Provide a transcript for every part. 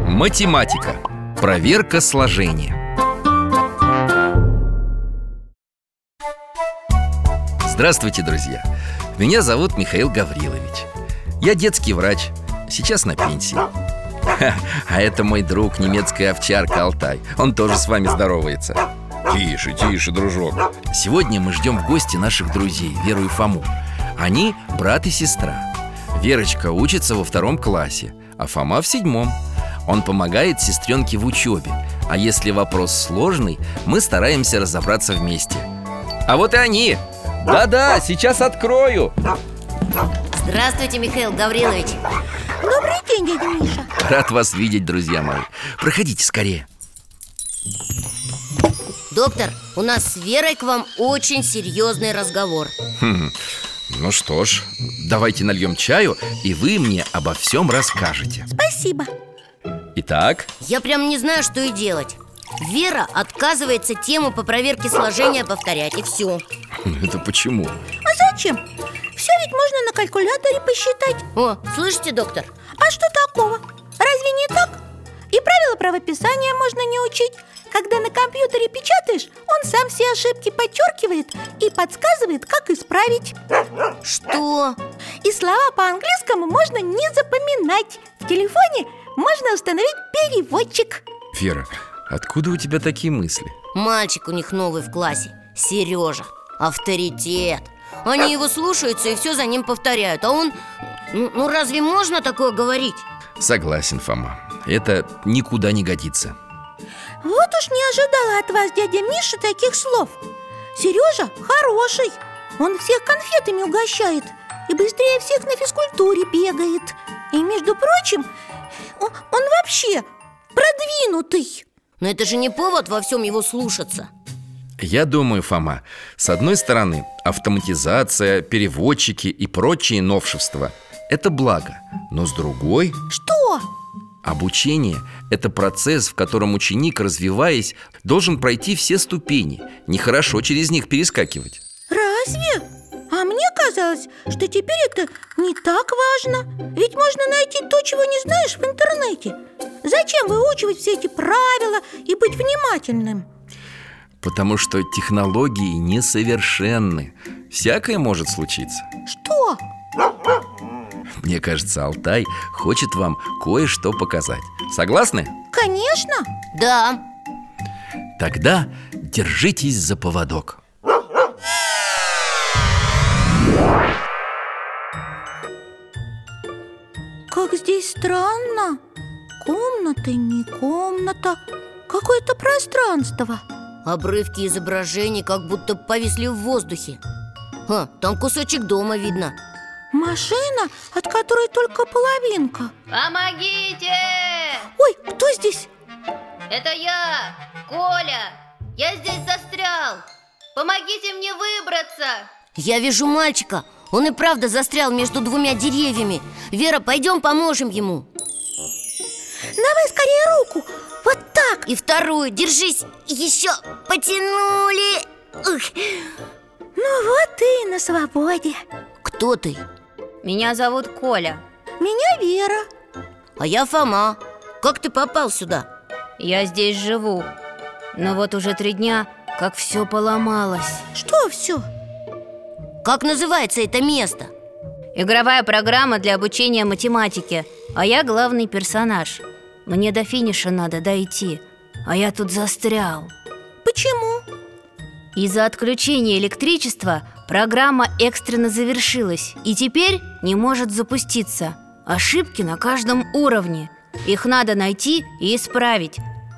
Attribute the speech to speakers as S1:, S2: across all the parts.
S1: Математика. Проверка сложения. Здравствуйте, друзья! Меня зовут Михаил Гаврилович. Я детский врач, сейчас на пенсии. Ха, а это мой друг, немецкая овчарка Алтай. Он тоже с вами здоровается.
S2: Тише, тише, дружок
S1: Сегодня мы ждем в гости наших друзей Веру и Фому Они брат и сестра Верочка учится во втором классе, а Фома в седьмом Он помогает сестренке в учебе А если вопрос сложный, мы стараемся разобраться вместе А вот и они! Да-да, сейчас открою!
S3: Здравствуйте, Михаил Гаврилович
S4: Добрый день, дядя Миша
S1: Рад вас видеть, друзья мои Проходите скорее
S3: Доктор, у нас с Верой к вам очень серьезный разговор
S1: Ну что ж, давайте нальем чаю И вы мне обо всем расскажете
S4: Спасибо
S1: Итак,
S3: Я прям не знаю, что и делать Вера отказывается тему по проверке сложения повторять, и все
S1: это почему?
S4: А зачем? Все ведь можно на калькуляторе посчитать
S3: О, слышите, доктор?
S4: А что такого? Разве не так? И правила правописания можно не учить Когда на компьютере печатаешь, он сам все ошибки подчеркивает и подсказывает, как исправить
S3: Что?
S4: И слова по-английскому можно не запоминать В телефоне можно установить переводчик
S1: Вера, откуда у тебя такие мысли?
S3: Мальчик у них новый в классе Сережа Авторитет Они его слушаются и все за ним повторяют А он... Ну, ну, разве можно такое говорить?
S1: Согласен, Фома Это никуда не годится
S4: Вот уж не ожидала от вас, дядя Миша, таких слов Сережа хороший Он всех конфетами угощает И быстрее всех на физкультуре бегает И, между прочим, о- он вообще продвинутый
S3: Но это же не повод во всем его слушаться
S1: Я думаю, Фома С одной стороны, автоматизация, переводчики и прочие новшества Это благо Но с другой,
S4: Что?
S1: обучение – это процесс, в котором ученик, развиваясь, должен пройти все ступени Нехорошо через них перескакивать
S4: Разве? А мне казалось, что теперь это не так важно Ведь можно найти то, чего не знаешь в интернете Зачем выучивать все эти правила и быть внимательным?
S1: Потому что технологии несовершенны Всякое может случиться
S4: Что?
S1: Мне кажется, Алтай хочет вам кое-что показать Согласны?
S4: Конечно!
S3: Да,
S1: Тогда держитесь за поводок
S4: Как здесь странно Комната не комната Какое-то пространство
S3: Обрывки изображений как будто повисли в воздухе Ха, там кусочек дома видно
S4: Машина, от которой только половинка
S5: Помогите!
S4: Ой, кто здесь?
S5: Это я, Коля! Я здесь застрял! Помогите мне выбраться!
S3: Я вижу мальчика Он и правда застрял между двумя деревьями Вера, пойдем поможем ему
S4: Давай скорее руку Вот так
S3: И вторую, держись Еще потянули Ух,
S4: Ну вот ты и на свободе
S3: Кто ты?
S5: Меня зовут Коля.
S4: Меня Вера
S3: А я Фома Как ты попал сюда?
S5: Я здесь живу. Но вот уже три дня, как все поломалось.
S4: Что все?
S3: Как называется это место?
S5: Игровая программа для обучения математике, а я главный персонаж. Мне до финиша надо дойти, а я тут застрял.
S4: Почему?
S5: Из-за отключения электричества программа экстренно завершилась и теперь не может запуститься. Ошибки на каждом уровне. Их надо найти и исправить.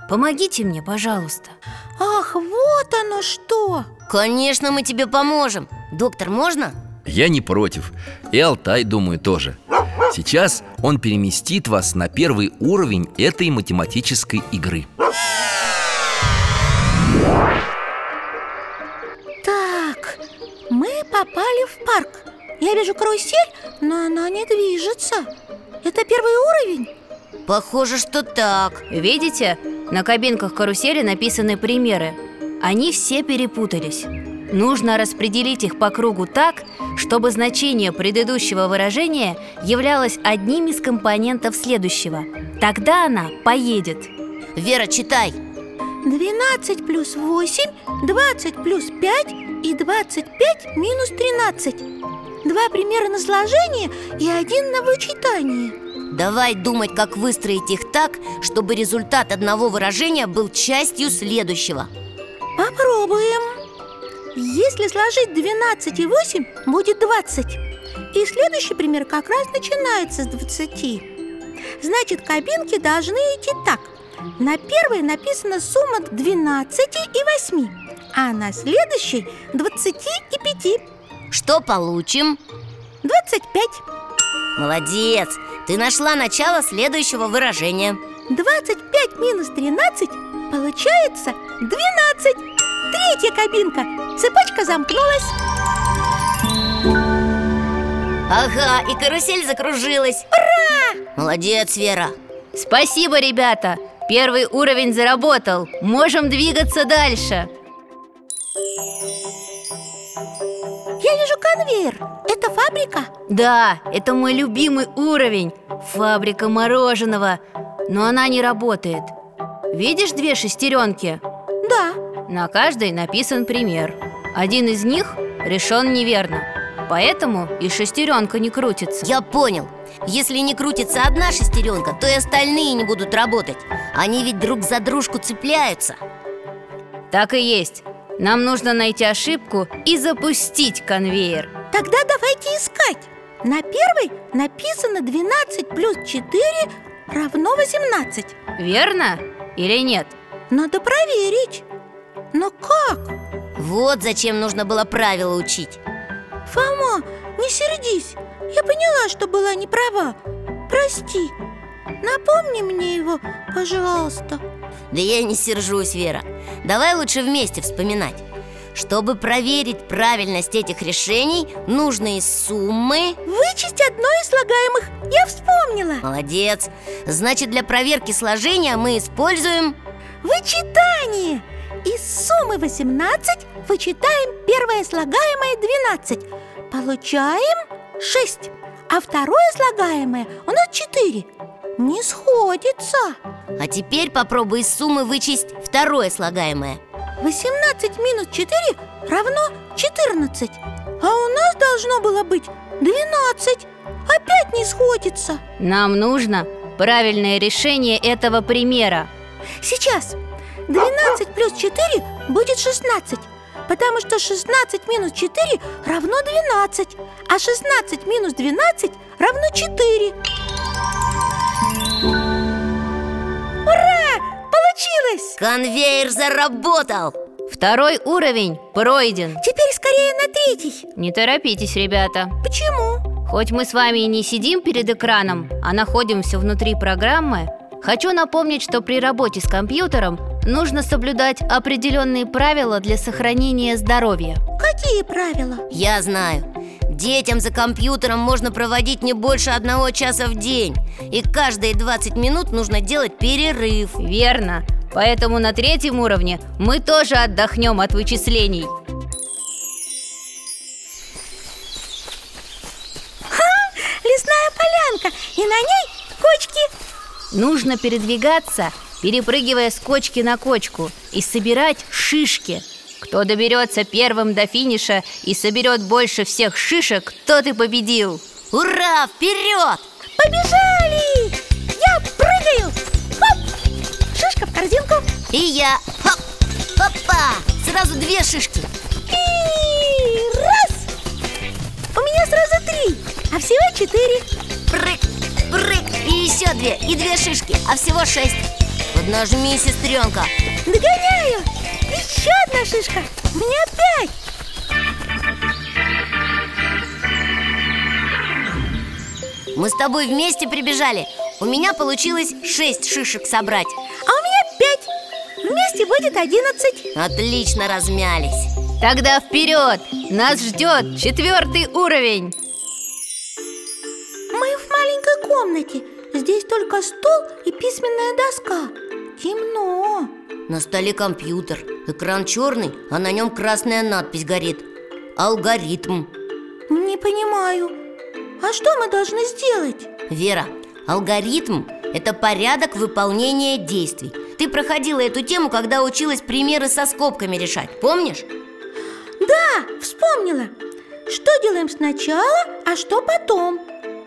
S5: Помогите мне, пожалуйста.
S4: Ах, вот оно что
S3: Конечно, мы тебе поможем Доктор, можно?
S1: Я не против. И Алтай, думаю, тоже. Сейчас он переместит вас на первый уровень этой математической игры.
S4: Так, мы попали в парк Я вижу карусель, но она не движется Это первый уровень?
S3: Похоже, что так
S5: Видите, на кабинках карусели написаны примеры. Они все перепутались. Нужно распределить их по кругу так, чтобы значение предыдущего выражения являлось одним из компонентов следующего. Тогда она поедет.
S3: Вера, читай
S4: 12 плюс 8, 20 плюс 5 и 25 минус 13 Два примера на сложение и один на вычитание
S3: Давай думать, как выстроить их так, чтобы результат одного выражения был частью следующего
S4: Попробуем Если сложить 12 и 8, будет 20 И следующий пример как раз начинается с 20 Значит, кабинки должны идти так На первой написана сумма 12 и 8 А на следующей 20 и 5
S3: Что получим?
S4: 25
S3: Молодец! Ты нашла начало следующего выражения
S4: 25 минус 13 получается 12 Третья кабинка Цепочка замкнулась
S3: Ага, и карусель закружилась Ура! Молодец, Вера
S5: Спасибо, ребята! Первый уровень заработал. Можем двигаться дальше.
S4: Я вижу конвейер Это фабрика?
S5: Да, это мой любимый уровень Фабрика мороженого Но она не работает Видишь две шестеренки?
S4: Да,
S5: На каждой написан пример Один из них решен неверно Поэтому и шестеренка не крутится
S3: Я понял Если не крутится одна шестеренка, то и остальные не будут работать Они ведь друг за дружку цепляются
S5: Так и есть Нам нужно найти ошибку и запустить конвейер
S4: Тогда давайте искать На первой написано 12 плюс 4 равно 18
S5: Верно или нет?
S4: Надо проверить Но как?
S3: Вот зачем нужно было правила учить
S4: Фома, не сердись Я поняла, что была не права Прости Напомни мне его, пожалуйста
S3: Да я не сержусь, Вера Давай лучше вместе вспоминать Чтобы проверить правильность этих решений Нужные суммы
S4: Вычесть одно из слагаемых Я вспомнила
S3: Молодец Значит, для проверки сложения мы используем
S4: Вычитание Из суммы 18 вычитаем первое слагаемое 12 Получаем 6 А второе слагаемое у нас 4 Не сходится
S3: А теперь попробуй из суммы вычесть второе слагаемое
S4: 18 минус 4 равно 14 А у нас должно было быть 12 Опять не сходится
S5: Нам нужно правильное решение этого примера
S4: Сейчас 12 плюс 4 будет 16 Потому что 16 минус 4 равно 12 А 16 минус 12 равно 4 Ура! Получилось!
S3: Конвейер заработал!
S5: Второй уровень пройден
S4: Теперь скорее на третий
S5: Не торопитесь, ребята
S4: Почему?
S5: Хоть мы с вами и не сидим перед экраном, а находимся внутри программы, хочу напомнить, что при работе с компьютером нужно соблюдать определенные правила для сохранения здоровья.
S4: Какие правила?
S3: Я знаю Детям за компьютером можно проводить не больше одного часа в день И каждые 20 минут нужно делать перерыв
S5: Верно. Поэтому на третьем уровне мы тоже отдохнем от вычислений.
S4: Лесная полянка И на ней кочки
S5: Нужно передвигаться, перепрыгивая с кочки на кочку и собирать шишки. Кто доберется первым до финиша и соберет больше всех шишек, тот и победил.
S3: Ура! Вперед!
S4: Побежали! Я прыгаю! Хоп! Шишка в корзинку
S3: И я Хоп! Опа! Сразу две шишки
S4: и раз! У меня сразу три, а всего четыре
S3: Прыг, прыг И еще две И две шишки А всего шесть Поднажми, сестренка
S4: Догоняю! Еще одна шишка! У меня пять!
S3: Мы с тобой вместе прибежали У меня получилось шесть шишек собрать
S4: А у меня пять Вместе будет одиннадцать
S3: Отлично размялись
S5: Тогда вперед! Нас ждет четвертый уровень!
S4: Мы в маленькой комнате Здесь только стол и письменная доска Темно
S3: На столе компьютер Экран черный, а на нем красная надпись горит Алгоритм
S4: Не понимаю А что мы должны сделать?
S3: Вера, алгоритм – это порядок выполнения действий Ты проходила эту тему, когда училась примеры со скобками решать, помнишь?
S4: Да, вспомнила Что делаем сначала, а что потом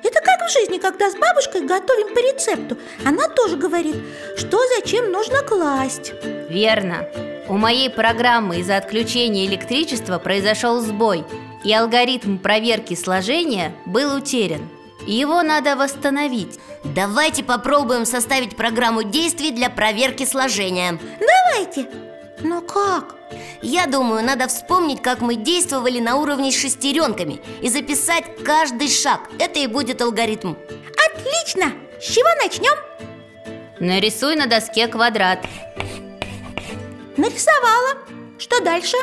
S4: Это как в жизни, когда с бабушкой готовим по рецепту Она тоже говорит, что зачем нужно класть
S5: Верно. У моей программы из-за отключения электричества произошел сбой, и алгоритм проверки сложения был утерян. Его надо восстановить.
S3: Давайте попробуем составить программу действий для проверки сложения
S4: Давайте Но как?
S3: Я думаю, надо вспомнить, как мы действовали на уровне с шестеренками И записать каждый шаг Это и будет алгоритм
S4: Отлично! С чего начнем?
S5: Нарисуй на доске квадрат.
S4: Нарисовала Что дальше?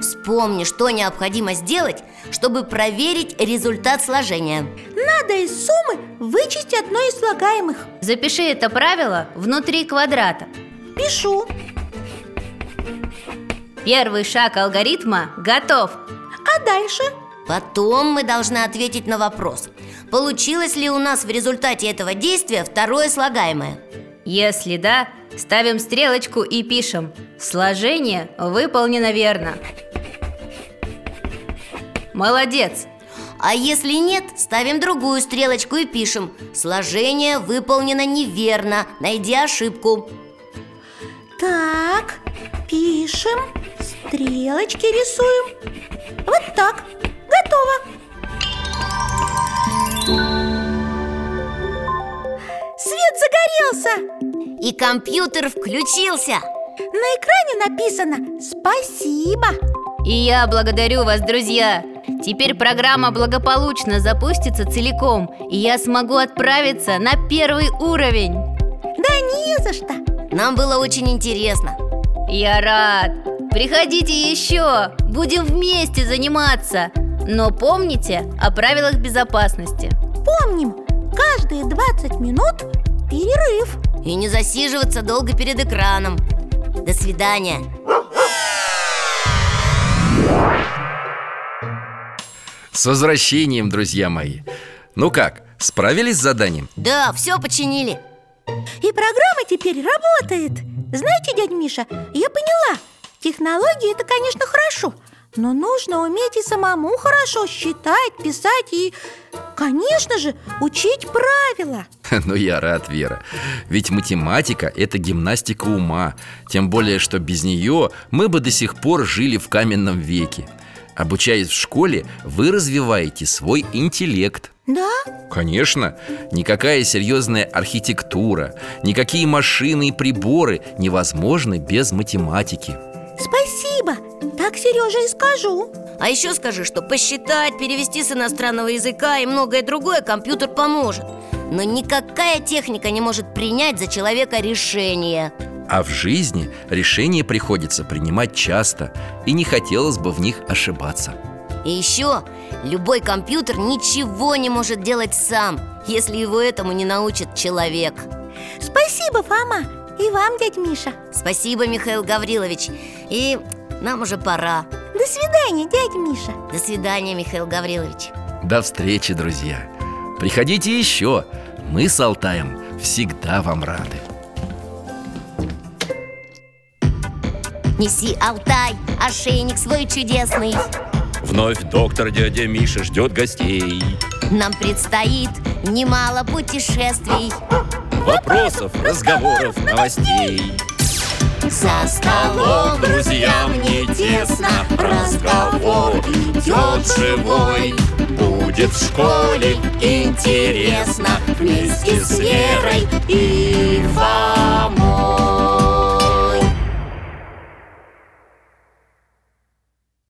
S3: Вспомни, что необходимо сделать, чтобы проверить результат сложения
S4: Надо из суммы вычесть одно из слагаемых
S5: Запиши это правило внутри квадрата.
S4: Пишу
S5: Первый шаг алгоритма готов.
S4: А дальше?
S3: Потом мы должны ответить на вопрос Получилось ли у нас в результате этого действия второе слагаемое?
S5: Если да, ставим стрелочку и пишем «Сложение выполнено верно». Молодец!
S3: А если нет, ставим другую стрелочку и пишем Сложение выполнено неверно, найди ошибку
S4: Так, пишем Стрелочки рисуем Вот так, готово Свет загорелся
S3: И компьютер включился
S4: На экране написано «Спасибо»
S5: И я благодарю вас, друзья! Теперь программа благополучно запустится целиком, и я смогу отправиться на первый уровень.
S4: Да не за что
S3: Нам было очень интересно
S5: Я рад! Приходите еще! Будем вместе заниматься! Но помните о правилах безопасности.
S4: Помним, каждые 20 минут перерыв
S3: И не засиживаться долго перед экраном До свидания
S1: С возвращением, друзья мои Ну как, справились с заданием?
S3: Да, все починили
S4: И программа теперь работает Знаете, дядь Миша, я поняла Технологии это, конечно, хорошо Но нужно уметь и самому хорошо считать, писать и, конечно же, учить правила
S1: Ну я рад, Вера Ведь математика – это гимнастика ума Тем более, что без нее мы бы до сих пор жили в каменном веке Обучаясь в школе, вы развиваете свой интеллект
S4: Да,
S1: Конечно, никакая серьезная архитектура, никакие машины и приборы невозможны без математики.
S4: спасибо Так Сереже и скажу
S3: А еще скажи, что посчитать, перевести с иностранного языка и многое другое компьютер поможет Но никакая техника не может принять за человека решение
S1: А в жизни решения приходится принимать часто, и не хотелось бы в них ошибаться.
S3: И еще, любой компьютер ничего не может делать сам Если его этому не научит человек
S4: Спасибо, Фома И вам, дядь Миша
S3: Спасибо, Михаил Гаврилович И нам уже пора
S4: До свидания, дядь Миша
S3: До свидания, Михаил Гаврилович
S1: До встречи, друзья! Приходите еще! Мы с Алтаем всегда вам рады!
S3: Неси, Алтай, ошейник свой чудесный
S2: Вновь доктор дядя Миша ждет гостей
S3: Нам предстоит немало путешествий
S2: Вопросов, разговоров, новостей
S3: За
S2: Столом друзьям не тесно Разговор идет живой Будет в школе интересно Вместе с Верой и Фомой